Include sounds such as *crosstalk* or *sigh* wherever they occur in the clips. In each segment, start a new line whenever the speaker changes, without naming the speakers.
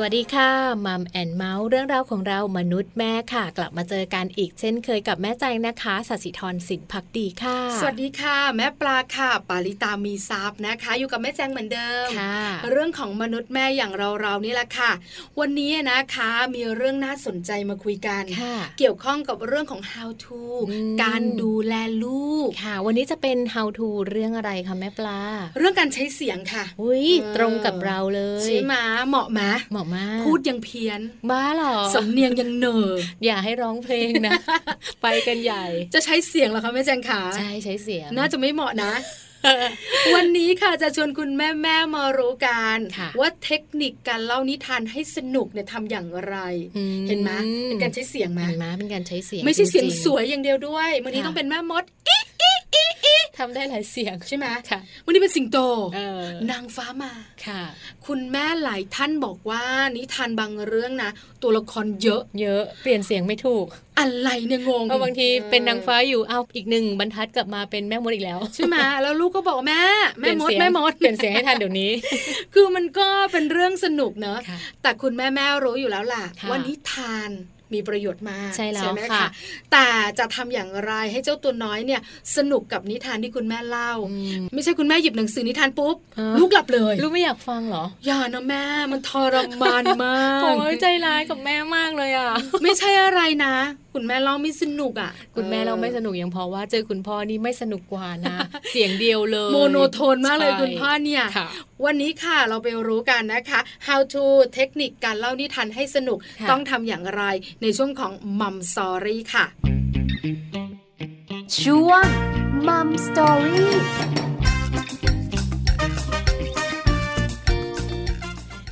สวัสดีค่ะมัมแอนเมาส์เรื่องราวของเรามนุษย์แม่ค่ะ กลับมาเจอกันอีกเช่นเคยกับแม่แจงนะคะสัสิธรสินพักดีค่ะ
สวัสดีค่ะ แม่ปลาค่ะ ปาริตามีซับนะคะ อยู่กับแม่แจงเหมือนเดิม
ค่ะ
เรื่องของมนุษย์แม่อย่างเราเราๆนี่แหละค่ะ วันนี้นะคะมีเรื่องน่าสนใจมาคุยกัน
ค่ะ
เกี่ยวข้องกับเรื่องของ how to
อืม
การดูแลลูก
ค่ะ วันนี้จะเป็น how to เรื่องอะไรคะแม่ปลา
เรื่องการใช้เสียงค่ะ
อุ้ย
เออ
ตรงกับเราเลย
ใช่ไหมเหมาะไหม
เหมาะมาก
พูดยังเพี้ยน
บ้าเหรอ
สำเนียงยังเหนอ
อย่าให้ร้องเพลง
*laughs*
นะ ไปกันใหญ่
จะใช้เสียงเหรอคะแม่แจงขา
ใช่ใช้เสียง
น่าจะไม่เหมาะนะ วันนี้ค่ะจะชวนคุณแม่แม่ๆมารู้กัน
ค่ะ
ว่าเทคนิคการเล่านิทานให้สนุกเนี่ยทำอย่างไร
อื
เห็นไหมเป็นการใช้เสียงไหม
เห็นไหมเป็นการใช้เสียง
ไม่ใช่เสียง
จริๆ
สวยอย่างเดียวด้วยวันนี้
ค่ะ
ต้องเป็นแม่มด
ทำได้หลายเสียง
ใช่ไหม
ค่ะ
วันนี้เป็นสิงโต
เออน
างฟ้ามา
ค่ะ
คุณแม่หลายท่านบอกว่านิทานบางเรื่องนะตัวละครเยอะ
เยอะเปลี่ยนเสียงไม่ถู *laughs* ก
อะไรเนี่ยงง
เพราะบางทีเป็นนางฟ้า
เอ
อยู่เอาอีกหนึ่งบรรทัดกลับมาเป็นแม่มดอีกแล้ว
อใช่ไหมแล้วลูกก็บอกแม่แม่มด
เปลี่ยนเสียง
แม่มด
*laughs* เปลี่ยนเสียงให้ทันเดี๋ยวนี้
คือมันก็เป็นเรื่องสนุกเนอะ
*laughs* ค่ะ
แต่คุณแม่แม่รู้อยู่แล้วล่ะ
ค่ะ
ว่านิทานมีประโยชน์มาก
ใช่แล้ว
ไหม
ค่ะ
แต่จะทำอย่างไรให้เจ้าตัวน้อยเนี่ย สนุกกับนิทานที่คุณแม่เล่า
อืม
ไม่ใช่คุณแม่หยิบหนังสือนิทานปุ๊บ
ฮะ
ลูกหลับเลย
ลูกไม่อยากฟังเหรอ
อย่านะแม่มันทรมานมา
โอ้
ก
ยใจร้ายกับแม่มากเลย *laughs* อ่ะ
ไม่ใช่อะไรนะ คุณแม่เล่าไม่สนุกอ่ะ
คุณแม่เราไม่สนุกยังพอว่าเจอคุณพ่อนี่ไม่สนุกกว่านะ *laughs* เสียงเดียวเลย
โมโนโทนมากเลย
ใช่
คุณพ่อเนี่ย
ค่ะ
วันนี้ค่ะเราไปรู้กันนะคะ how to เทคนิคการเล่านิทานให้สนุก
ค่ะ
ต้องทำอย่างไรในช่วงของมัมซอรี่ค่ะ
ช่วงมัมสตอรี่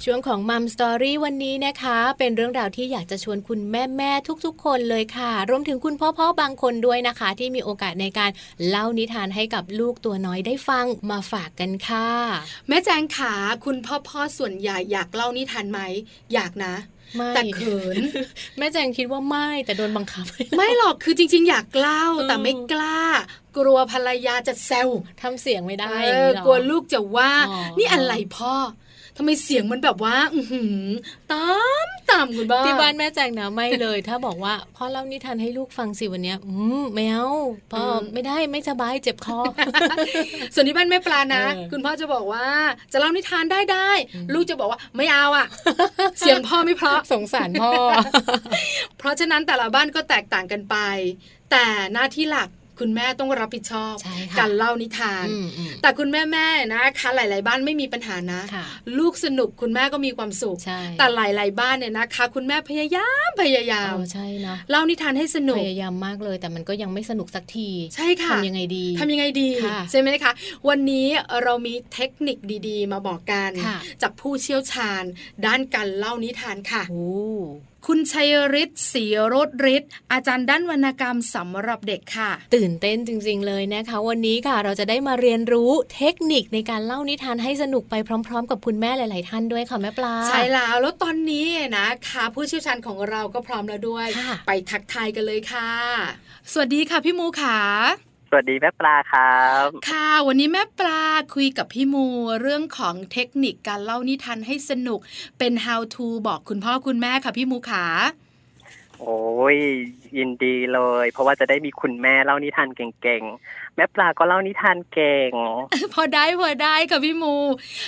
ช่วงของมัมสตอรี่วันนี้นะคะ เป็นเรื่องราวที่อยากจะชวนคุณแม่แม่ๆทุกๆ คนเลยค่ะ รวมถึงคุณพ่อพ่อๆบางคนด้วยนะคะ ที่มีโอกาสในการเล่านิทานให้กับลูกตัวน้อยได้ฟังมาฝากกันค่ะ
แม่แจงขาคุณพ่อพ่อส่วนใหญ่อยากเล่านิทานไหม อยากนะ
ไม่
แต่เขิน
แม่แจงคิดว่าไม่แต่โดนบังคับ
ไม่หรอกคือจริง ๆ อยากเล่า
เออ
แต่ไม่กล้า กลัวภรรยาจะแซว
ทำเสียงไม่ได้อ
เอ
ย่าง
อ
นี้หรอ
กลัวลูกจะว่า
อ๋อ
นี่อะไรพ่อทำไมเสียงมันแบบว่า อือหือตามตามคุณบ้า
ที่บ้านแม่แจงนะไม่เลย ถ้าบอกว่าพ่อเล่านิทานให้ลูกฟังสิวันเนี้ยอืมไม่เอาพ่อไม่ได้ไม่สบายเจ็บคอ
ส่วนที่บ้านแม่ปลานะ
เออ
คุณพ่อจะบอกว่า จะเล่านิทานได้ได้
อืม
ลูกจะบอกว่าไม่เอาอะ เสียงพ่อไม่เพราะ
*laughs* สงสารพ่อ
เพราะฉะนั้นแต่ละบ้านก็แตกต่างกันไป แต่หน้าที่หลักคุณแม่ต้องรับผิดชอบ
ใช่ค่ะ
การเล่านิทาน
อืมอืม
แต่คุณแม่แม่ๆนะคะหลาย ๆ บ้านไม่มีปัญหานะ
ค่ะ
ลูกสนุกคุณแม่ก็มีความสุข
ใช่
แต่หลาย ๆ บ้านเนี่ยนะคะ คุณแม่พยายามพยายา
เอ
ม
อใช่เนาะ
เล่านิทานให้สนุ
พ
ก
ยายามมากเลย แต่มันก็ยังไม่สนุกสักที
ใช่ค่ะ
ทำยังไงดี
ทำยังไงดี
ค่ะ
ใช่ไหมคะ วันนี้เรามีเทคนิคดีๆ มาบอกกัน
ค่ะ
จากผู้เชี่ยวชาญ ด้านการเล่านิทานค่ะ
โอ้
คุณชัยฤทธิ์ศรีโรดฤทธิ์อาจารย์ด้านวรรณกรรมสำหรับเด็กค่ะ
ตื่นเต้นจริง ๆ เลยนะคะ วันนี้ค่ะเราจะได้มาเรียนรู้เทคนิคในการเล่านิทานให้สนุกไปพร้อม ๆ กับคุณแม่หลาย ๆ ท่านด้วยค่ะแม่ปลา
ใช่แล้วแล้วตอนนี้นะคะผู้เชี่ยวชาญของเราก็พร้อมแล้วด้วย
ค่ะ
ไปทักทายกันเลยค่ะ สวัสดีค่ะพี่มูขา
สวัสดีแม่ปลาครับ
ค่ะ วันนี้แม่ปลาคุยกับพี่มูเรื่องของเทคนิคการเล่านิทานให้สนุก เป็น how to บอกคุณพ่อคุณแม่ค่ะพี่มูขา
โอ้ยยินดีเลย เพราะว่าจะได้มีคุณแม่เล่านิทานเก่งๆ แม่ปลาก็เล่านิทานเก่ง
*laughs* พอได้พอได้ค่ะพี่มู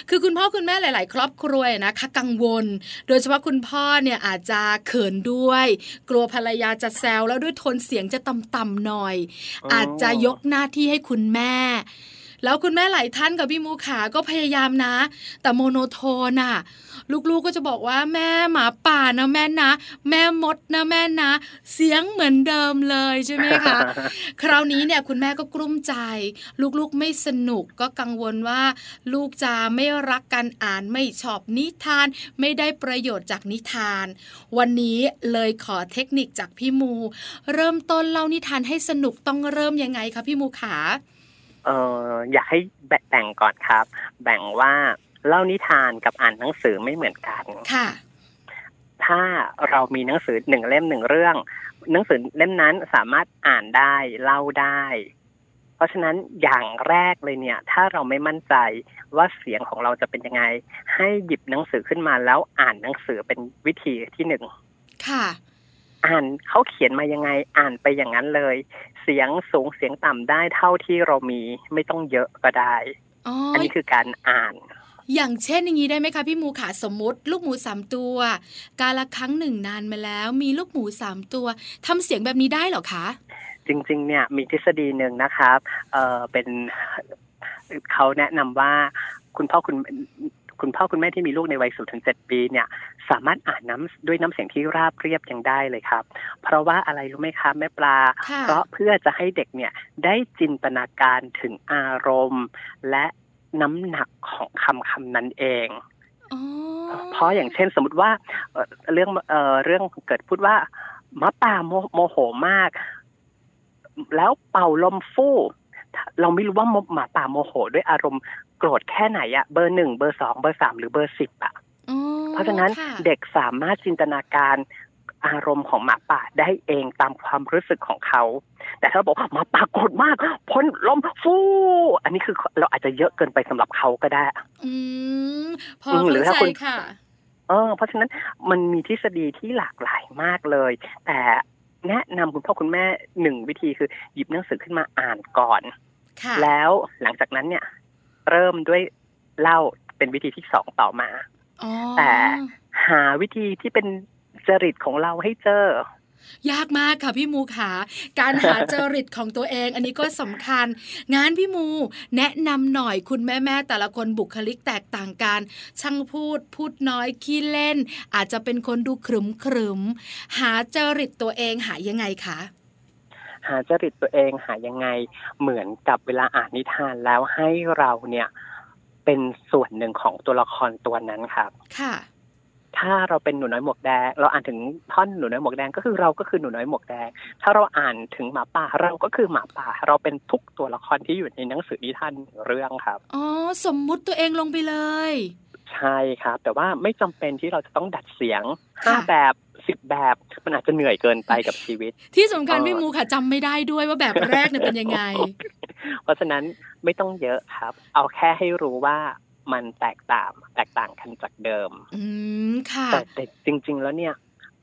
คือคุณพ่อคุณแม่หลาย ๆ ครอบครัวนะคะกังวล โดยเฉพาะคุณพ่อเนี่ยอาจจะเขินด้วย กลัวภรรยาจะแซวแล้วด้วยโทนเสียงจะต่ำๆหน่อย
อ๋ออ
อาจจะยกหน้าที่ให้คุณแม่ แล้วคุณแม่หลายท่านกับพี่มูขาก็พยายามนะ แต่โมโนโทนอะลูกๆก็จะบอกว่าแม่หมาป่านะแม่นะ แม่มดนะแม่นะ เสียงเหมือนเดิมเลยใช่ไหมคะ คราวนี้เนี่ยคุณแม่ก็กลุ้มใจ ลูกๆไม่สนุกก็กังวลว่า ลูกจะไม่รักการอ่านไม่ชอบนิทาน ไม่ได้ประโยชน์จากนิทาน วันนี้เลยขอเทคนิคจากพี่มู เริ่มต้นเล่านิทานให้สนุกต้องเริ่มยังไงคะพี่มูขา
*laughs* เอออยากให้แบ่งก่อนครับ แบ่งว่าเล่านิทานกับอ่านหนังสือไม่เหมือนกัน
ค่ะ
ถ้าเรามีหนังสือหนึ่งเล่มหนึ่งเรื่อง หนังสือเล่มนั้นสามารถอ่านได้เล่าได้ เพราะฉะนั้นอย่างแรกเลยเนี่ย ถ้าเราไม่มั่นใจว่าเสียงของเราจะเป็นยังไง ให้หยิบหนังสือขึ้นมาแล้วอ่านหนังสือเป็นวิธีที่หนึ่ง
ค่ะ
อ่านเขาเขียนมายังไงอ่านไปอย่างนั้นเลย เสียงสูงเสียงต่ำได้เท่าที่เรามีไม่ต้องเยอะก็ได้
อ๋อ
อัน
อ
นี้คือการอ่าน
อย่างเช่นอย่างนี้ได้ไหมคะพี่หมูขาสมมติ ลูกหมูสามตัว กาละครั้งหนึ่งนานมาแล้ว มีลูกหมูสามตัวทำเสียงแบบนี้ได้เหรอคะ
จริง ๆ เนี่ยมีทฤษฎีหนึ่งนะครับเออเป็นเขาแนะนำว่า คุณพ่อคุณคุณพ่อคุณแม่ที่มีลูกในวัยสูงถึงเจ็ดปีเนี่ย สามารถอ่านน้ำด้วยน้ำเสียงที่ราบเรียบยังได้เลยครับ เพราะว่าอะไรรู้ไหมครับแม่ปลา
ค่ะ
เพราะเพื่อจะให้เด็กเนี่ยได้จินตนาการถึงอารมณ์ และน้ำหนักของคำคำนั้นเอง
อ๋อ
เพราะอย่างเช่นสมมติว่าเอ่อเรื่องเอ่อเรื่องเกิดพูดว่าหมาป่าโมโมโหมาก แล้วเป่าลมฟู่เราไม่รู้ว่าหมาป่าโมโห ด้วยอารมณ์โกรธแค่ไหนอะเบอร์หนึ่งเบอร์สองเบอร์สามหรือเบอร์สิบอะ
อ๋อ
เพราะฉะนั้น
ค่
เด็กสามารถจินตนาการอารมณ์ของหมาป่าได้เองตามความรู้สึกของเขา แต่ถ้าเราบอกหมาป่าโกรธมากพ่นลมฟู่อันนี้คือเราอาจจะเยอะเกินไปสำหรับเขาก็ได้
อืมพอ
อืมหรือ
เข้า
ถ้า
ใจ
คุณ
ค่ะ
เออเพราะฉะนั้นมันมีทฤษฎีที่หลากหลายมากเลย แต่แนะนำคุณพ่อคุณแม่หนึ่งวิธีคือหยิบหนังสือขึ้นมาอ่านก่อน
ค่ะ
แล้วหลังจากนั้นเนี่ย เริ่มด้วยเล่าเป็นวิธีที่สองต่อมา
อ๋อ
แต่ หาวิธีที่เป็นจริตของเราให้เจอ
ยากมากค่ะพี่มูขาการหา จริตของตัวเอง อันนี้ก็สำคัญ งานพี่มูแนะนำหน่อยคุณแม่แม่ๆแต่ละคนบุคลิกแตกต่างกัน ช่างพูดพูดน้อยขี้เล่น อาจจะเป็นคนดูขรึมขรึมๆหาจริตตัวเองหายังไงคะ
หาจริตตัวเองหายังไงเหมือนกับเวลาอ่านนิทานแล้วให้เราเนี่ยเป็นส่วนหนึ่งของตัวละครตัวนั้นครับ
ค่ะ
ถ้าเราเป็นหนูน้อยหมวกแดง เราอ่านถึงท่อนหนูน้อยหมวกแดงก็คือเราก็คือหนูน้อยหมวกแดง ถ้าเราอ่านถึงหมาป่าเราก็คือหมาป่า เราเป็นทุกตัวละครที่อยู่ในหนังสือนิทานเรื่องครับ
อ๋อ สมมุติตัวเองลงไปเลย
ใช่ครับ แต่ว่าไม่จำเป็นที่เราจะต้องดัดเสียง
ค่ะ
ห้าแบบสิบแบบมันอาจจะเหนื่อยเกินไปกับชีวิต
ที่สำคัญ
เออ
พี่มูค่ะจำไม่ได้ด้วยว่าแบบแรกเนี่ยเป็นยังไง
*laughs* เพราะฉะนั้นไม่ต้องเยอะครับ เอาแค่ให้รู้ว่ามันแตกต่างแตกต่างกันจากเดิม
อืมค่ะ
แต่แต่จริง ๆ แล้วเนี่ย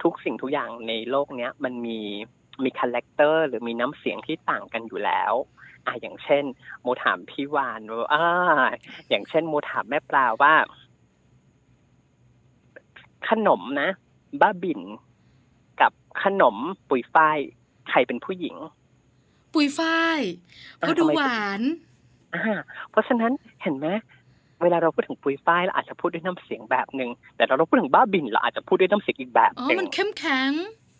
ทุกสิ่งทุกอย่างในโลกเนี้ยมันมีมีคาแรคเตอร์หรือมีน้ำเสียงที่ต่างกันอยู่แล้วอ่ะอย่างเช่นโมถามพี่วานว่าอ่าอย่างเช่นโมถามแม่ปลาว่า ขนมนะ บ้าบิน กับขนมปุยฝ้ายใครเป็นผู้หญิง
ปุยฝ้าย
เออ
เขาะดู
ทำไม
หวาน
อ่าเพราะฉะนั้นเห็นไหมเวลาเราพูดถึงปุยฝ้ายเราอาจจะพูดด้วยน้ำเสียงแบบหนึ่งแต่เราพูดถึงบ้าบินเราอาจจะพูดด้วยน้ำเสียงอีกแบบ
อ๋อ
หนึ่ง
มันเข้มแข็ง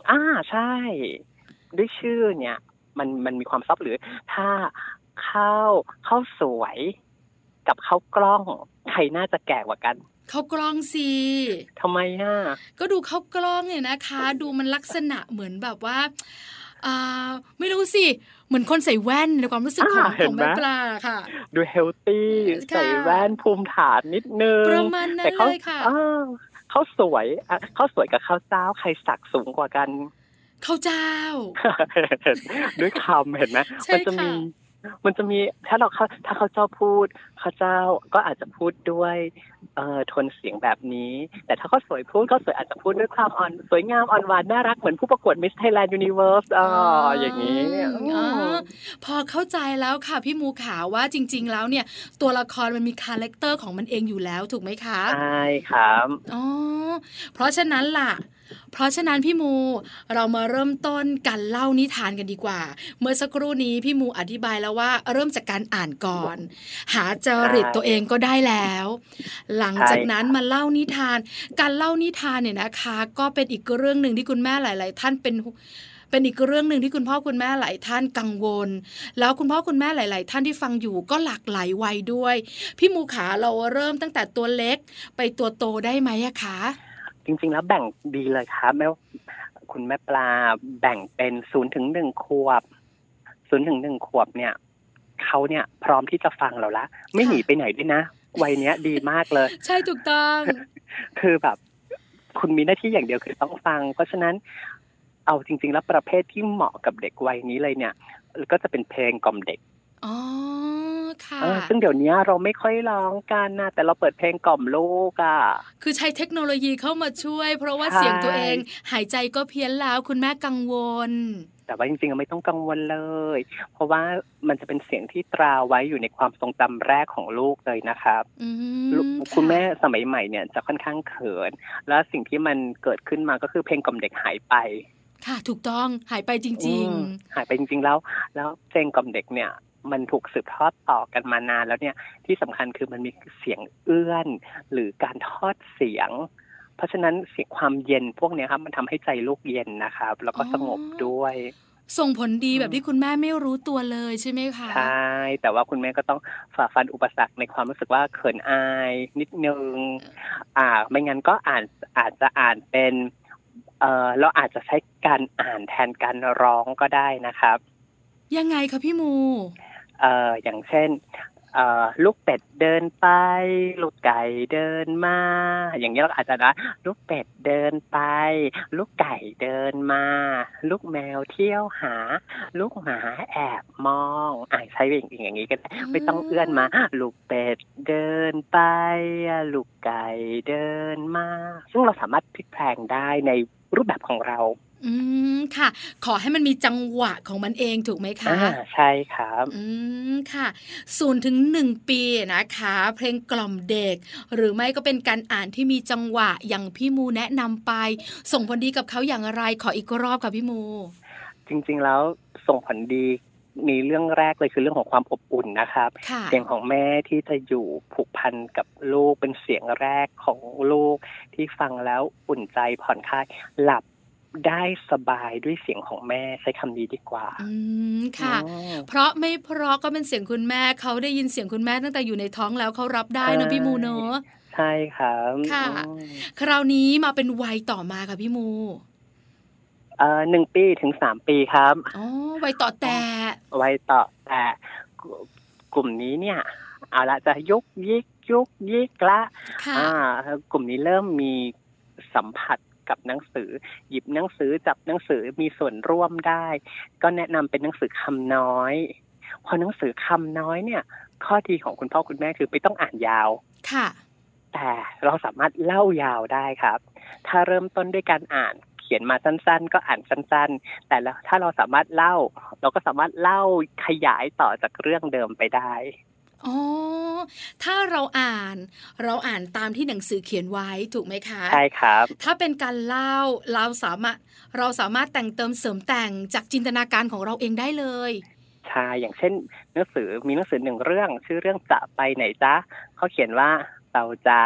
อ่าใช่ ด้วยชื่อเนี่ย มันมันมีความซับหรือ ถ้าข้าวข้าวสวย กับข้าวกล้อง ใครน่าจะแก่กว่ากัน
เขากลองสิ
ทำไมอ่ะ
ก็ดูเขากล้องเนี่ยนะคะ ดูมันลักษณะเหมือนแบบว่าอ่าไม่รู้สิ เหมือนคนใส่แว่นในความรู้สึกของ
อ่าเห็
ขอน ง
ไหม
แม่ปลาค่ะ
ดูเฮลตี้
ค่ะ
ใส่แว่นภูมิฐานนิดนึง
ประมาณนั้น
เขา
เลยค่ะ
อ่าข้าวสวยอ่ะข้าวสวยกับข้าวเจ้าใครสักสูงกว่ากัน
เขาเจ้า
*laughs* ด้วยคำเห็นไหม
ใช่
มัจะมี
ค่ะ
มันจะมีถ้าเราเข้าถ้าเขาเจ้าพูดเขาเจ้าก็อาจจะพูดด้วยเอ่อโทนเสียงแบบนี้ แต่ถ้าเขาสวยพูดเขาสวยอาจจะพูดด้วยความอ่อนสวยงามอ่อนหวานน่ารักเหมือนผู้ประกวดมิสไทยแลนด์ยูนิเวิร์สอ่ออย่างนี้
อ๋อ
ม
พอเข้าใจแล้วค่ะพี่หมูขาว่าจริง ๆ แล้วเนี่ย ตัวละครมันมีคาแรคเตอร์ของมันเองอยู่แล้วถูกไหมคะ
ใช่ครับ
อ๋อ เพราะฉะนั้นล่ะ เพราะฉะนั้นพี่มู เรามาเริ่มต้นการเล่านิทานกันดีกว่า เมื่อสักครู่นี้พี่มูอธิบายแล้วว่าเริ่มจากการอ่านก่อน หาจริตตัวเองก็ได้แล้ว หลังจากนั้นมาเล่านิทาน การเล่านิทานเนี่ยนะคะ ก็เป็นอีกเรื่องหนึ่งที่คุณแม่หลาย ๆ ท่านเป็นเป็นอีกเรื่องหนึ่งที่คุณพ่อคุณแม่หลายท่านกังวล แล้วคุณพ่อคุณแม่หลาย ๆ ท่านที่ฟังอยู่ก็หลากหลายวัยด้วย พี่มูขาเราเริ่มตั้งแต่ตัวเล็ก ไปตัวโตได้ไหมอะคะ
จริงๆแล้วแบ่งดีเลยครับแม่คุณแม่ปลาแบ่งเป็นศูนย์ถึงหนึ่งขวบศูนย์ถึงหนึ่งขวบเนี่ยเขาเนี่ยพร้อมที่จะฟังเราละ ไม่หนีไปไหนด้วยนะวัยเนี้ยดีมากเลย
ใช่ถูกต้อง
คือแบบ คุณมีหน้าที่อย่างเดียวคือต้องฟัง เพราะฉะนั้น เอาจริง ๆ แล้วประเภทที่เหมาะกับเด็กวัยนี้เลยเนี่ย ก็จะเป็นเพลงกล่อมเด็ก
อ๋อค่ะ
เออซึ่งเดี๋ยวนี้เราไม่ค่อยร้องกันนะแต่เราเปิดเพลงกล่อมลูกอ่ะ
คือใช้เทคโนโลยีเข้ามาช่วย เพราะว่า
ใช่
เสียงตัวเอง หายใจก็เพี้ยนแล้วคุณแม่กังวล
แต่ว่าจริงๆไม่ต้องกังวลเลย เพราะว่ามันจะเป็นเสียงที่ตราไว้อยู่ในความทรงจำแรกของลูกเลยนะครับ
อื
ลูก
มะ
คุณแม่สมัยใหม่เนี่ยจะค่อนข้างเขิน แล้วสิ่งที่มันเกิดขึ้นมาก็คือเพลงกล่อมเด็กหายไป
ค่ะ ถูกต้องหายไปจริง
อืมหายไปจริงๆแล้ว แล้วเพลงกล่อมเด็กเนี่ย มันถูกสืบทอดต่อกันมานานแล้วเนี่ย ที่สำคัญคือมันมีเสียงเอื้อน หรือการทอดเสียง เพราะฉะนั้นเสียงความเย็นพวกเนี้ยครับมันทำให้ใจลูกเย็นนะครับ แล้วก็
อ๋อ
สงบด้วย
ๆ ส่งผลดี
อืม
แบบที่คุณแม่ไม่รู้ตัวเลยใช่ไหมคะ
ใช่แต่ว่าคุณแม่ก็ต้องฝ่าฟันอุปสรรคในความรู้สึกว่าเขินอายนิดนึง อ่า ไม่งั้นก็อ่านอาจจะอ่านเป็น เออเราอาจจะใช้การอ่านแทนการร้องก็ได้นะครับ
ยังไงคะพี่มู
เอออย่างเช่น เออลูกเป็ดเดินไป ลูกไก่เดินมา อย่างนี้ยเราอาจจะนะ ลูกเป็ดเดินไป ลูกไก่เดินมา ลูกแมวเที่ยวหา ลูกหมาแอบมองอ่าใช้อย่างอย่างนี้ก็ได้ไม่ต้องเอื้อนมา ลูกเป็ดเดินไป ลูกไก่เดินมา ซึ่งเราสามารถพลิกแพลงได้ในรูปแบบของเรา
อืมค่ะ ขอให้มันมีจังหวะของมันเองถูกไหมคะ
อ่าใช่ครับ
อืมค่ะศูนย์ถึงหนึ่งปีนะคะ เพลงกล่อมเด็ก หรือไม่ก็เป็นการอ่านที่มีจังหวะอย่างพี่มูแนะนำไป ส่งผลดีกับเขาอย่างไรขออีกรอบกับพี่มู
จริงๆแล้วส่งผลดีในเรื่องแรกเลยคือเรื่องของความอบอุ่นนะครับ
ค่ะ
เสียงของแม่ที่จะอยู่ผูกพันกับลูกเป็นเสียงแรกของลูกที่ฟังแล้วอุ่นใจผ่อนคลายหลับได้สบายด้วยเสียงของแม่ใช้คำนี้ดีกว่า
อืมค่ะ
อืม
เพราะไม่เพราะก็เป็นเสียงคุณแม่เขาได้ยินเสียงคุณแม่ตั้งแต่อยู่ในท้องแล้วเขารับได้เนอะ
ใช่
พี่มูเนอะ
ใช่ครับ
ค่ะ
อืม
คราวนี้มาเป็นวัยต่อมาค่ะพี่มู
เอ่อหนึ่งปีถึงสามปีครับ
อ๋อวัยต่อแต่
ไว้ต่อแต่กลุ่มนี้เนี่ย เอาละจะยุกยิกยุกยิกละ
ค่ะ
อ่ากลุ่มนี้เริ่มมีสัมผัสกับหนังสือ หยิบหนังสือจับหนังสือมีส่วนร่วมได้ ก็แนะนำเป็นหนังสือคำน้อย พอหนังสือคำน้อยเนี่ย ข้อดีของคุณพ่อคุณแม่คือไม่ต้องอ่านยาว
ค่ะ
แต่เราสามารถเล่ายาวได้ครับ ถ้าเริ่มต้นด้วยการอ่านเขียนมาสั้นๆ ก็อ่านสั้นๆ แต่แล้วถ้าเราสามารถเล่า เราก็สามารถเล่าขยายต่อจากเรื่องเดิมไปได้
อ๋อ ถ้าเราอ่านเราอ่านตามที่หนังสือเขียนไว้ถูกไหมคะ
ใช่ครับ
ถ้าเป็นการเล่าเราสามารถเราสามารถแต่งเติมเสริมแต่งจากจินตนาการของเราเองได้เลย
ใช่อย่างเช่นหนังสือมีหนังสือหนึ่งเรื่อง ชื่อเรื่องจะไปไหนจ๊ะเขาเขียนว่าเต่าจ๋า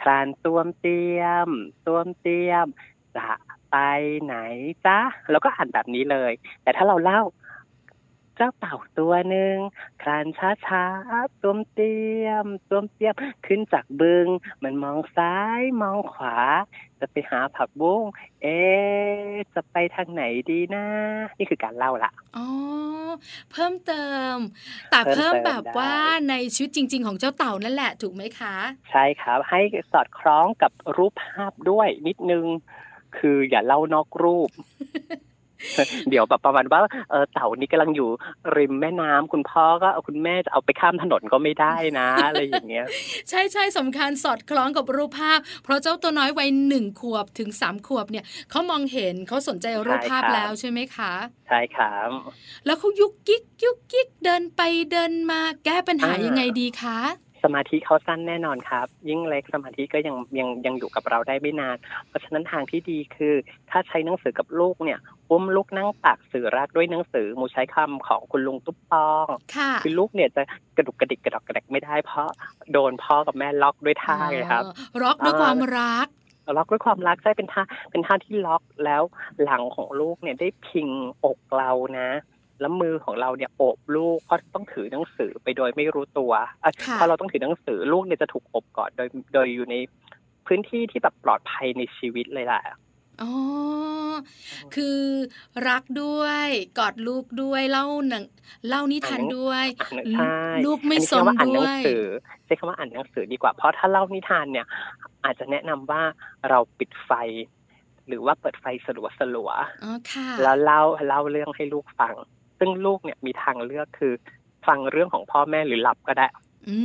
คลานต้วมเตียมต้วมเตียมจะไปไหนจ๊ะแล้วก็อ่านแบบนี้เลย แต่ถ้าเราเล่า เจ้าเต่าตัวหนึ่งคลานช้าช้าๆต้วมเตียมต้วมเตียมขึ้นจากบึง มันมองซ้ายมองขวา จะไปหาผักบุ้งเอ๊ะจะไปทางไหนดีนะ นี่คือการเล่าละ
อ๋อ เพิ่มเติม แต่
เพิ่
เพิ่ม
มเติม
แบบ
ได้
ว่าในชีวิตจริง ๆ ของเจ้าเต่านั่นแหละถูกไหมคะ
ใช่ครับ ให้สอดคล้องกับรูปภาพด้วยนิดนึง คืออย่าเล่านอกรูป *laughs* เดี๋ยวแบบประมาณว่าเออเต่านี่กำลังอยู่ริมแม่น้ำคุณพ่อก็เอาคุณแม่จะเอาไปข้ามถนนก็ไม่ได้นะ *laughs* อะไรอย่างเงี้ย
ใช่ใช่สำคัญสอดคล้องกับรูปภาพ เพราะเจ้าตัวน้อยวัยหนึ่งขวบถึงสามขวบเนี่ยเขามองเห็นเขาสนใจรูปภาพ
ใช่ครับ
แล้วใช่ไหมคะ
ใช่ครับ
แล้วเขายุกยิกยุกยิกเดินไปเดินมาแก้ปัญหา
อ่ายั
ยังไงดีคะ
สมาธิเขาสั้นแน่นอนครับ ยิ่งเล็กสมาธิก็ยังยังยังอยู่กับเราได้ไม่นาน เพราะฉะนั้นทางที่ดีคือ ถ้าใช้หนังสือกับลูกเนี่ยอุ้มลูกนั่งตักสื่อรักด้วยหนังสือหมูใช้คำของคุณลุงตุ๊บปอง
ค่ะ
คือลูกเนี่ยจะกระดุกกระดิกกระดอกกระแดกไม่ได้เพราะโดนพ่อกับแม่ล็อกด้วยท่าไงครับ
เออร็อกด้วย
อ่า
ความรัก
ล็อกด้วยความรักใช่เป็นท่าเป็นท่าที่ล็อกแล้วหลังของลูกเนี่ยได้พิงอกเรานะ แล้วมือของเราเนี่ยโอบลูกเพราะต้องถือหนังสือไปโดยไม่รู้ตัวอ่ะ
ค่ะ
พอเราต้องถือหนังสือลูกเนี่ยจะถูกโอบกอดโดยโดยอยู่ในพื้นที่ที่แบบปลอดภัยในชีวิตเลยแหละ
อ๋อ คือรักด้วย กอดลูกด้วยเล่าหนังเล่านิทาน
อ่านหนัง
ด้วย
อ่านหนังใช่
ลูกไม่
อั
สน
ใช้คำว่าอ่านห
ด้
นัง
วย
สือใช้คำว่าอ่านหนังสือดีกว่า เพราะถ้าเล่านิทานเนี่ย อาจจะแนะนำว่าเราปิดไฟ หรือว่าเปิดไฟสลัวสลัว
อ๋อค่ะ
ๆแล้วเล่าเล่าเรื่องให้ลูกฟัง ซึ่งลูกเนี่ยมีทางเลือกคือ ฟังเรื่องของพ่อแม่หรือหลับก็ได้
อื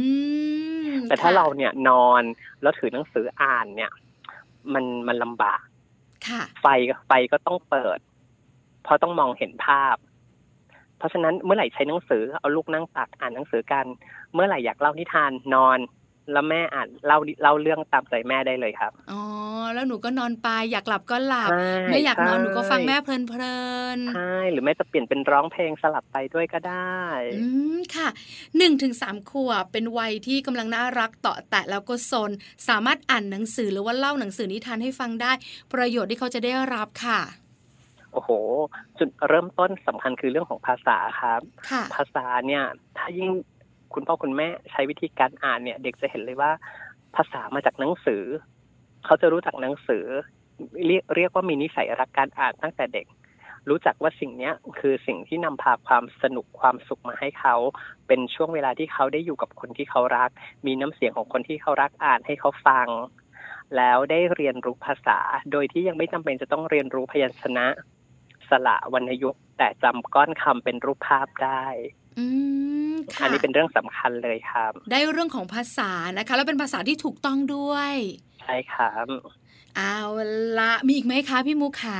ม
แต่ถ้า
ค่ะ
เราเนี่ยนอนแล้วถือหนังสืออ่านเนี่ย มันมันลำบาก
ค่ะ
ไฟไฟก็ต้องเปิด เพราะต้องมองเห็นภาพ เพราะฉะนั้นเมื่อไหร่ใช้หนังสือเอาลูกนั่งตักอ่านหนังสือกัน เมื่อไหร่อยากเล่านิทานนอน แล้วแม่อ่านเล่าเล่าเรื่องตามใจแม่ได้เลยครับ
อ๋อ แล้วหนูก็นอนไป อยากหลับก็หลับ
ใช่
ไม่อยากนอน
ใช่
หนูก็ฟังแม่เพลินเพลินๆ
ใช่หรือแม่จะเปลี่ยนเป็นร้องเพลงสลับไปด้วยก็ได้
อืมค่ะหนึ่งถึงสามขวบเป็นวัยที่กำลังน่ารักเต่อแตะแล้วก็ซน สามารถอ่านหนังสือหรือว่าเล่าหนังสือนิทานให้ฟังได้ ประโยชน์ที่เขาจะได้รับค่ะ
โอ้โห จุดเริ่มต้นสำคัญคือเรื่องของภาษาครับ
ค่ะ
ภาษาเนี่ย ถ้ายิ่งคุณพ่อคุณแม่ใช้วิธีการอ่านเนี่ย เด็กจะเห็นเลยว่า ภาษามาจากหนังสือ เขาจะรู้จักหนังสือ เรียกเรียกว่ามีนิสัยรักการอ่านตั้งแต่เด็ก รู้จักว่าสิ่งเนี้ยคือสิ่งที่นำพาความสนุกความสุขมาให้เขา เป็นช่วงเวลาที่เขาได้อยู่กับคนที่เขารัก มีน้ำเสียงของคนที่เขารักอ่านให้เขาฟัง แล้วได้เรียนรู้ภาษา โดยที่ยังไม่จำเป็นจะต้องเรียนรู้พยัญชนะ สระวรรณยุกต์แต่จำก้อนคำเป็นรูปภาพได้
อืมค่ะ
อันนี้เป็นเรื่องสำคัญเลยครับ
ได้เรื่องของภาษานะคะ แล้วเป็นภาษาที่ถูกต้องด้วย
ใช่ครับ
เอาละมีอีกไหมคะพี่มูขา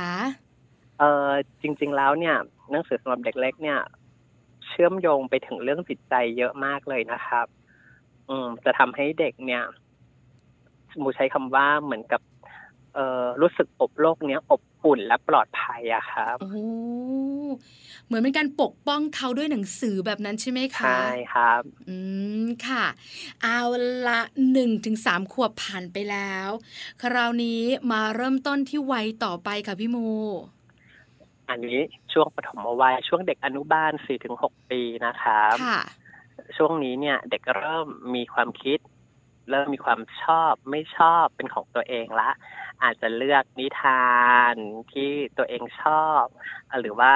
เออจริง ๆแล้วเนี่ยหนังสือสำหรับเด็กเล็กเนี่ย เชื่อมโยงไปถึงเรื่องจิตใจเยอะมากเลยนะครับ อืมจะทำให้เด็กเนี่ยหมูใช้คำว่าเหมือนกับ เออรู้สึกอบโลกเนี้ยอบอุ่นและปลอดภัยอะครับ
โอ้โหเหมือนเป็นการปกป้องเขาด้วยหนังสือแบบนั้นใช่ไหมคะ
ใช่ครับ
อืมค่ะ เอาละหนึ่งถึงสามขวบผ่านไปแล้ว คราวนี้มาเริ่มต้นที่วัยต่อไปค่ะพี่มู
อันนี้ช่วงปฐมวัยช่วงเด็กอนุบาลสี่ถึงหกปีนะครับ
ค่ะ
ช่วงนี้เนี่ยเด็กเริ่มมีความคิด เริ่มมีความชอบไม่ชอบเป็นของตัวเองละ อาจจะเลือกนิทานที่ตัวเองชอบ หรือว่า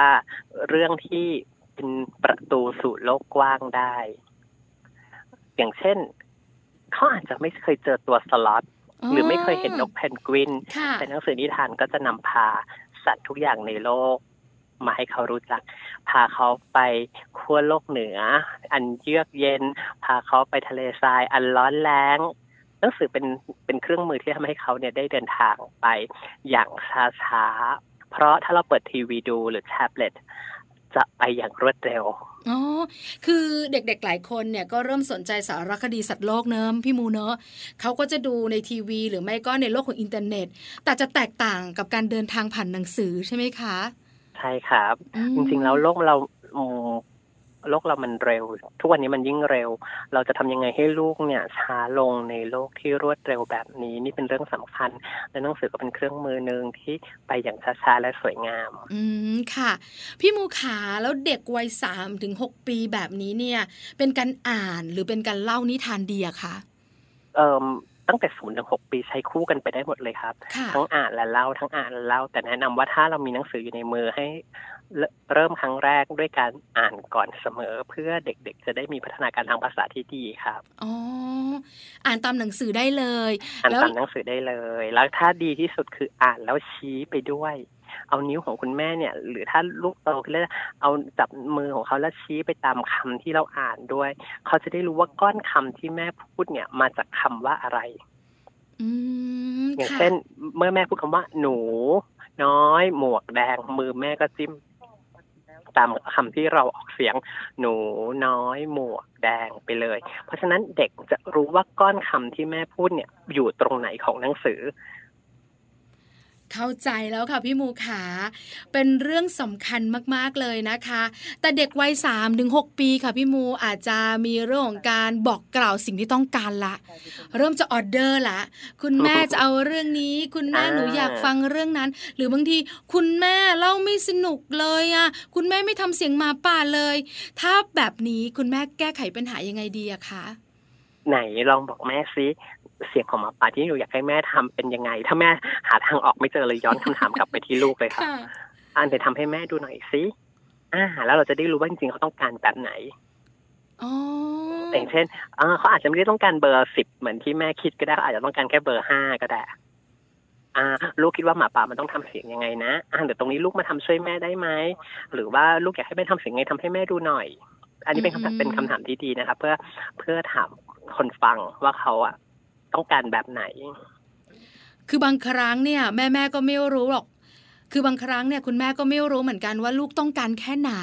เรื่องที่เป็นประตูสู่โลกกว้างได้ อย่างเช่น เขาอาจจะไม่เคยเจอตัวสล็อตหรือไม่เคยเห็นนกเพนกวิน
ค่ะ
แต่หนังสือนิทานก็จะนำพาสัตว์ทุกอย่างในโลก มาให้เขารู้จัก พาเขาไปขั้วโลกเหนือ อันเยือกเย็น พาเขาไปทะเลทราย อันร้อนแล้งหนังสือเป็นเป็นเครื่องมือที่ทำให้เขาเนี่ยได้เดินทางออกไปอย่างช้าๆ เพราะถ้าเราเปิดทีวีดูหรือแท็บเล็ตจะไปอย่างรวดเร็ว
อ๋อ คือเด็กๆ หลายคนเนี่ยก็เริ่มสนใจสารคดีสัตว์โลกเนิมพี่มูเนอะเขาก็จะดูในทีวี หรือไม่ก็ในโลกของอินเทอร์เน็ต แต่จะแตกต่างกับการเดินทางผ่านหนังสือใช่ไหมคะ
ใช่ครับ
อืม
จริงๆ แล้วโลกเราอืมโลกเรามันเร็ว ทุกวันนี้มันยิ่งเร็ว เราจะทำยังไงให้ลูกเนี่ยช้าลงในโลกที่รวดเร็วแบบนี้ นี่เป็นเรื่องสำคัญ และหนังสือก็เป็นเครื่องมือหนึ่งที่ไปอย่างช้าๆและสวยงาม
อืมค่ะ พี่มูขาแล้วเด็กวัยสามถึงหกปีแบบนี้เนี่ย เป็นการอ่านหรือเป็นการเล่านิทานดีอะคะ
เอ่มตั้งแต่ศูนย์ถึงหกปีใช้คู่กันไปได้หมดเลยครับ
ค่ะ
ทั้งอ่านและเล่าทั้งอ่านและเล่า แต่แนะนำว่าถ้าเรามีหนังสืออยู่ในมือให้เริ่มเริ่มครั้งแรกด้วยการอ่านก่อนเสมอ เพื่อเด็กๆ จะได้มีพัฒนาการทางภาษาที่ดีครับ
อ๋อ อ่านตามหนังสือได้เลย
อ่าน
แล้ว
ตามหนังสือได้เลย แล้วถ้าดีที่สุดคืออ่านแล้วชี้ไปด้วย เอานิ้วของคุณแม่เนี่ย หรือถ้าลูกโตขึ้นแล้วเอาจับมือของเขาแล้วชี้ไปตามคำที่เราอ่านด้วย เขาจะได้รู้ว่าก้อนคำที่แม่พูดเนี่ยมาจากคำว่าอะไร
อืม
อย่าง
ค่ะ
เช่น เมื่อแม่พูดคำว่าหนู น้อย หมวกแดง มือแม่ก็จิ้ม ตามคำที่เราออกเสียง หนูน้อย หมวกแดงไปเลย เพราะฉะนั้นเด็กจะรู้ว่าก้อนคำที่แม่พูดเนี่ย อยู่ตรงไหนของหนังสือ
เข้าใจแล้วค่ะพี่มูขา เป็นเรื่องสำคัญมากๆเลยนะคะ แต่เด็กวัยสามถึงหกปีค่ะพี่มูอาจจะมีเรื่องของการบอกกล่าวสิ่งที่ต้องการละ เริ่มจะออเดอร์ละ คุณแม่จะเอาเรื่องนี้ คุณแม่
อ่า
หนูอยากฟังเรื่องนั้น หรือบางทีคุณแม่เล่าไม่สนุกเลยอ่ะ คุณแม่ไม่ทำเสียงหมาป่าเลย ถ้าแบบนี้คุณแม่แก้ไขปัญหายังไงดีอะคะ
ไหนลองบอกแม่ซิเสียงของหมาป่าที่หนูอยากให้แม่ทำเป็นยังไง ถ้าแม่หาทางออกไม่เจอเลยย้อนคำถามกลับไปที่ลูกเลยครับ อันเดี๋ยวทำให้แม่ดูหน่อยซิอ่าแล้วเราจะได้รู้ว่าจริงๆเขาต้องการแบบไหน
อ๋อ
อย่างเช่นอ่าเขาอาจจะไม่ได้ต้องการเบอร์สิบเหมือนที่แม่คิดก็ได้เขาอาจจะต้องการแค่เบอร์ห้าก็ได้ อ่า ลูกคิดว่าหมาป่ามันต้องทำเสียงยังไงนะอ่าเดี๋ยวตรงนี้ลูกมาทำช่วยแม่ได้ไหมหรือว่าลูกอยากให้แม่ทำเสียงไงทำให้แม่ดูหน่อย อันนี้เป็นคำถาม
อืม
เป็นคำถามที่ดีนะครับ เพื่อเพื่อถามคนฟังว่าเขาอะต้องการแบบไหน
คือบางครั้งเนี่ยแม่แม่ก็ไม่รู้หรอก คือบางครั้งเนี่ยคุณแม่ก็ไม่รู้เหมือนกันว่าลูกต้องการแค่ไหน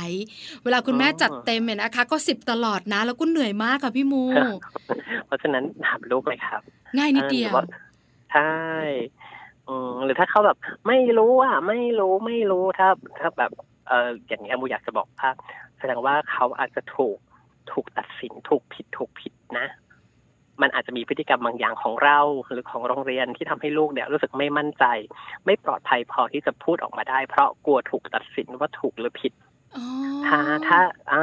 เวลาคุณแม่
อ๋อ
จัดเต็มเนี่ยนะคะ ก็สิบตลอดนะ แล้วก็เหนื่อยมากค่ะพี่มู
เพราะฉะนั้นถามลูกเลยครับ
ง่ายนิดเดียว
ออหรือว่าใช่อืมหรือถ้าเขาแบบไม่รู้อ่ะ ไม่รู้ไม่รู้ถ้าถ้าแบบเอออย่างนี้ยมูอยากจะบอกว่าแสดงว่าเขาอาจจะถูกถูกตัดสินถูกผิดถูกผิดนะ มันอาจจะมีพฤติกรรมบางอย่างของเราหรือของโรงเรียนที่ทำให้ลูกเนี่ย รู้สึกไม่มั่นใจ ไม่ปลอดภัยพอที่จะพูดออกมาได้ เพราะกลัวถูกตัดสินว่าถูกหรือผิด
อ๋อ
ถ้าถ้าอ่า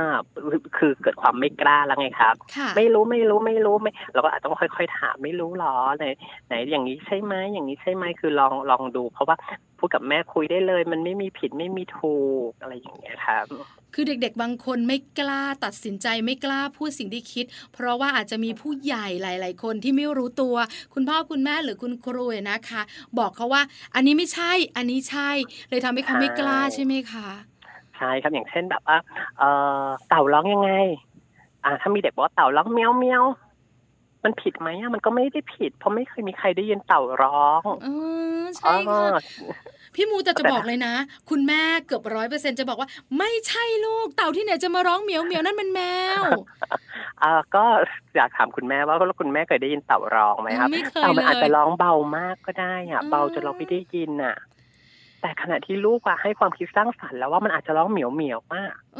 คือเกิดความไม่กล้าแล้วไงครับ
ค่ะ
ไม่รู้ไม่รู้ไม่รู้ไม่เราก็อาจต้องค่อยๆถามไม่รู้หรอไหนไหนอย่างนี้ใช่ไหมอย่างนี้ใช่ไหมคือลองลองดู เพราะว่าพูดกับแม่คุยได้เลย มันไม่มีผิดไม่มีถูกอะไรอย่างเงี้ยครับ
คือเด็กๆ บางคนไม่กล้าตัดสินใจไม่กล้าพูดสิ่งที่คิด เพราะว่าอาจจะมีผู้ใหญ่หลาย ๆ คนที่ไม่รู้ตัว คุณพ่อคุณแม่หรือคุณครูเนี่ยนะคะ บอกเขาว่า อันนี้ไม่ใช่ อันนี้ใช่ เลยทำให้เขาไม่กล้าใช่ไหมคะ
ใช่ครับอย่างเช่นแบบว่าเอ่อเต่าร้องยังไง อ่า ถ้ามีเด็กบอกว่าเต่าร้องเมียวเมียวมันผิดไหมอะมันก็ไม่ได้ผิด เพราะไม่เคยมีใครได้ยินเต่าร้อง
เออใช่
อ๋
ค่ะ
อ
พี่มูแต่จะบอกเลยนะ คุณแม่เกือบร้อยเปอร์เซ็นจะบอกว่า ไม่ใช่ลูก เต่าที่ไหนจะมาร้องเหมียวเหมียวนั่นมันแม
*laughs*
ว
เอ่อก็ *laughs* อยากถามคุณแม่ว่าแล้วคุณแม่เคยได้ยินเต่าร้องไหมครับ
ไม่เคย
เต่ามันอาจ
เลย
จะร้องเบามากก็ได้อะ
อืม
เบาจนเราไม่ได้ยินอ่ะ แต่ขณะที่ลูกอะให้ความคิดสร้างสรรค์แล้วว่ามันอาจจะร้องเหมียวเหมียวมาก
เอ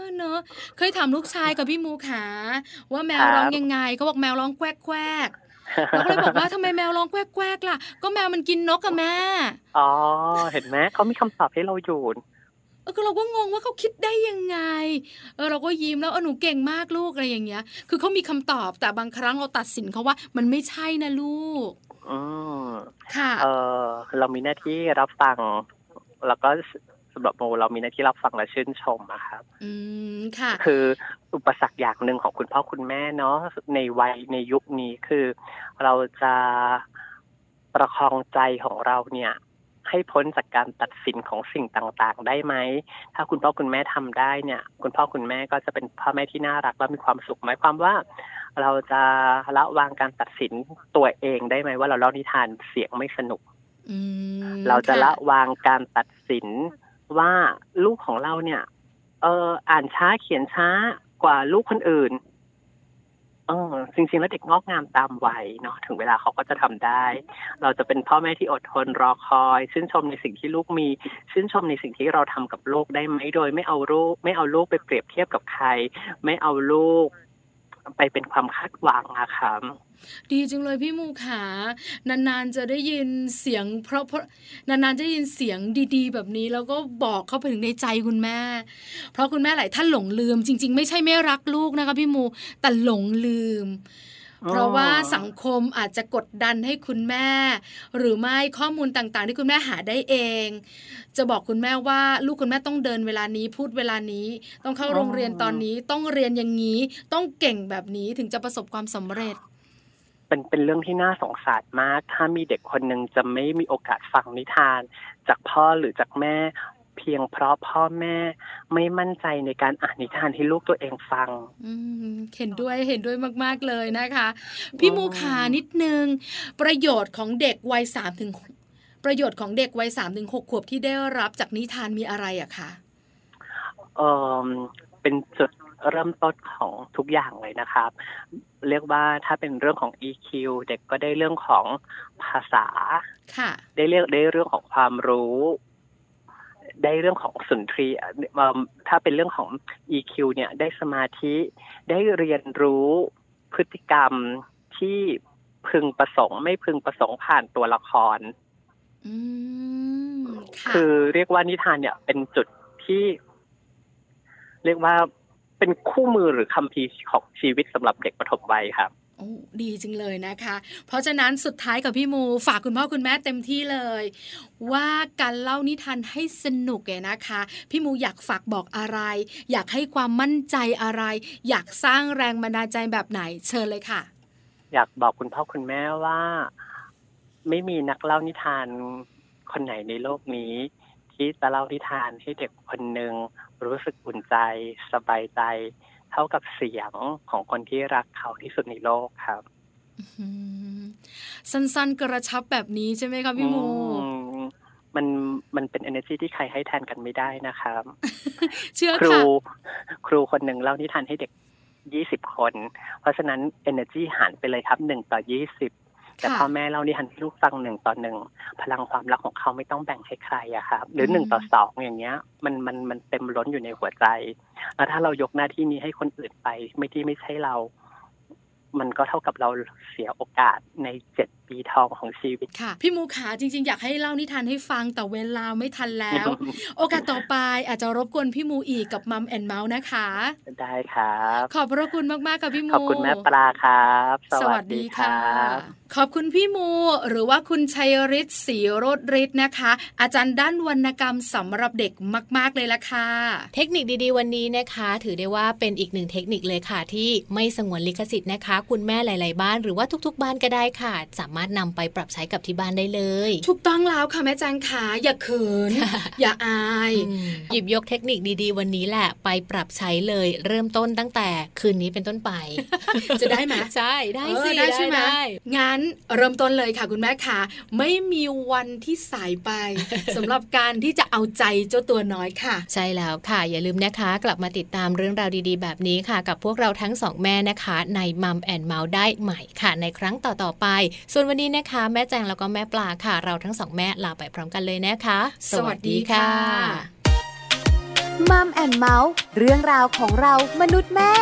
อเนอะเคยถามลูกชายกับพี่มูขาว่าแมว
ครับ
ร้องยังไงเขาบอกแมวร้องแควกแควกเราก็เลยบอกว่าทำไมแมวร้องแควกแควกล่ะ ก็แมวมันกินนกกับแม่
อ๋อเห็นไหมเขามีคำตอบให้เราอยู่
เออก็เราก็งงว่าเขาคิดได้ยังไงเออเราก็ยิ้มแล้วเออหนูเก่งมากลูกอะไรอย่างเงี้ย คือเขามีคำตอบแต่บางครั้งเราตัดสินเขาว่า มันไม่ใช่นะลูก
อืม
ค่ะ
เออเรามีหน้าที่รับฟัง แล้วก็สำหรับโมเรามีหน้าที่รับฟังและชื่นชมอะครับ
อืมค่ะ
คืออุปสรรคอย่างหนึ่งของคุณพ่อคุณแม่เนาะในวัยในยุคนี้คือ เราจะประคองใจของเราเนี่ย ให้พ้นจากการตัดสินของสิ่งต่างๆ ได้ไหม ถ้าคุณพ่อคุณแม่ทำได้เนี่ย คุณพ่อคุณแม่ก็จะเป็นพ่อแม่ที่น่ารักและมีความสุขหมายความว่า เราจะละวางการตัดสินตัวเองได้ไหมว่าเราเล่านิทานเสียงไม่สนุก
อืม
เราจะ
ค่
ละวางการตัดสินว่าลูกของเราเนี่ย เอออ่านช้าเขียนช้ากว่าลูกคนอื่น เออจริงๆแล้วเด็กงอกงามตามวัยเนาะถึงเวลาเขาก็จะทำได้ เราจะเป็นพ่อแม่ที่อดทนรอคอย ชื่นชมในสิ่งที่ลูกมี ชื่นชมในสิ่งที่เราทำกับลูกได้ไหมโดย ไม่เอาลูกไม่เอาลูกไปเปรียบเทียบกับใคร ไม่เอาลูก ไปเป็นความคาดหวังอะค่ะ
ดีจังเลยพี่มูขานานๆจะได้ยินเสียง เพราะเพราะนานๆจะได้ยินเสียงดี ๆ แบบนี้ แล้วก็บอกเข้าไปถึงในใจคุณแม่ เพราะคุณแม่หลายท่านหลงลืม จริง ๆ ไม่ใช่ไม่รักลูกนะคะพี่มูแต่หลงลืม เพราะว่าสังคมอาจจะกดดันให้คุณแม่ หรือไม่ข้อมูลต่างๆ ที่คุณแม่หาได้เอง จะบอกคุณแม่ว่า ลูกคุณแม่ต้องเดินเวลานี้พูดเวลานี้ ต้องเข้าโรงเรียนตอนนี้ต้องเรียนอย่างนี้ ต้องเก่งแบบนี้ถึงจะประสบความสำเร็จ
เป็นเป็นเรื่องที่น่าสงสารมาก ถ้ามีเด็กคนหนึ่งจะไม่มีโอกาสฟังนิทาน จากพ่อหรือจากแม่ เพียงเพราะพ่อแม่ไม่มั่นใจในการอ่านนิทานให้ลูกตัวเองฟัง
อืมเห็นด้วยเห็นด้วยมากๆเลยนะคะ พี่มูขานิดนึง ประโยชน์ของเด็กวัยสามถึงประโยชน์ของเด็กวัยสามถึงหกขวบที่ได้รับจากนิทานมีอะไรอะคะ
เอมเป็นจุดเริ่มต้นของทุกอย่างเลยนะครับ เรียกว่าถ้าเป็นเรื่องของ EQ เด็กก็ได้เรื่องของภาษา
ค่ะ
ได้เรื่องได้เรื่องของความรู้ ได้เรื่องของสุนทรีย์อ่ะเอิ่มถ้าเป็นเรื่องของ EQ เนี่ย ได้สมาธิ ได้เรียนรู้พฤติกรรมที่พึงประสงค์ ไม่พึงประสงค์ผ่านตัวละคร
อืมค่ะ
คือเรียกว่านิทานเนี่ย เป็นจุดที่ เรียกว่าเป็นคู่มือหรือคำพีร์ของชีวิตสำหรับเด็กปฐมวัยครับ
โอ้ดีจังเลยนะคะ เพราะฉะนั้นสุดท้ายกับพี่มูฝากคุณพ่อคุณแม่เต็มที่เลย ว่าการเล่านิทานให้สนุกเนี่ยนะคะ พี่มูอยากฝากบอกอะไร อยากให้ความมั่นใจอะไร อยากสร้างแรงบันดาลใจแบบไหนเชิญเลยค่ะ
อยากบอกคุณพ่อคุณแม่ว่าไม่มีนักเล่านิทานคนไหนในโลกนี้ ที่จะเล่านิทานให้เด็กคนหนึ่งรู้สึกอุ่นใจ สบายใจ เท่ากับเสียงของคนที่รักเขาที่สุดในโลกครับ
อืมสั้นๆกระชับแบบนี้ใช่ไหมคะพี่โม
อืมมันมันเป็น energy ที่ใครให้แทนกันไม่ได้นะครับ
เชื่อ
ครู
ค่ะ
ครูคนหนึ่งเล่านิทานให้เด็กยี่สิบคน เพราะฉะนั้น energy หันไปเลยครับหนึ่งต่อยี่สิบแต่พ่อแม่เล่านิทานให้ลูกฟังหนึ่งต่อหนึ่งพลังความรักของเขาไม่ต้องแบ่งให้ใครอะครับ หรือหนึ่ง
อืม
ต่อสองอย่างเงี้ย มันมันมันเต็มล้นอยู่ในหัวใจแล้วถ้าเรายกหน้าที่นี้ให้คนอื่นไป ไม่ที่ไม่ใช่เรา มันก็เท่ากับเราเสียโอกาสในเจ็ดปีทองของชีวิต
ค่ะ พี่มูขาจริง ๆ อยากให้เล่านิทานให้ฟังแต่เวลาไม่ทันแล้ว โอกาสต่อไปอาจจะรบกวนพี่มูอีกกับมัมแอนเมาส์นะคะ
ได้ครับ
ขอบพระคุณมากๆค่ะพี่มู
ขอบคุณแม่ปลาครับ
สวัสดีค่ะ ขอบคุณพี่มูหรือว่าคุณชัยฤทธิ์ศรีโรดฤทธิ์นะคะ อาจารย์ด้านวรรณกรรมสำหรับเด็กมาก ๆเลยละค่ะ
เทคนิคดีๆ วันนี้นะคะ ถือได้ว่าเป็นอีกหนึ่งเทคนิคเลยค่ะ ที่ไม่สงวนลิขสิทธิ์นะคะ คุณแม่หลายๆบ้านหรือว่าทุกๆ บ้านก็ได้ค่ะ สามารถนำไปปรับใช้กับที่บ้านได้เลย
ถูกต้องแล้วค่ะแม่แจงขาอย่าเขิน อย่าอาย
อืมหยิบยกเทคนิคดีๆ วันนี้แหละ ไปปรับใช้เลย เริ่มต้นตั้งแต่คืนนี้เป็นต้นไป
*laughs* จะได้ไหม
ใช่ได้สิ
เออได้ใช่ไหม
ด้
งั้นเริ่มต้นเลยค่ะคุณแม่ค่ะ ไม่มีวันที่สายไป *laughs* สำหรับการที่จะเอาใจเจ้าตัวน้อยค่ะ
ใช่แล้วค่ะ อย่าลืมนะคะ กลับมาติดตามเรื่องราวดีๆ แบบนี้ค่ะ กับพวกเราทั้งสองแม่นะคะ ในมัมแอนเมาส์ได้ใหม่ค่ะ ในครั้งต่อๆไป ส่วนวันนี้นะคะ แม่แจงแล้วก็แม่ปลาค่ะ เราทั้งสองแม่ลาไปพร้อมกันเลยนะคะ
สวัสดีค่ะ
มัมแอนเมาส์เรื่องราวของเรามนุษย์แม่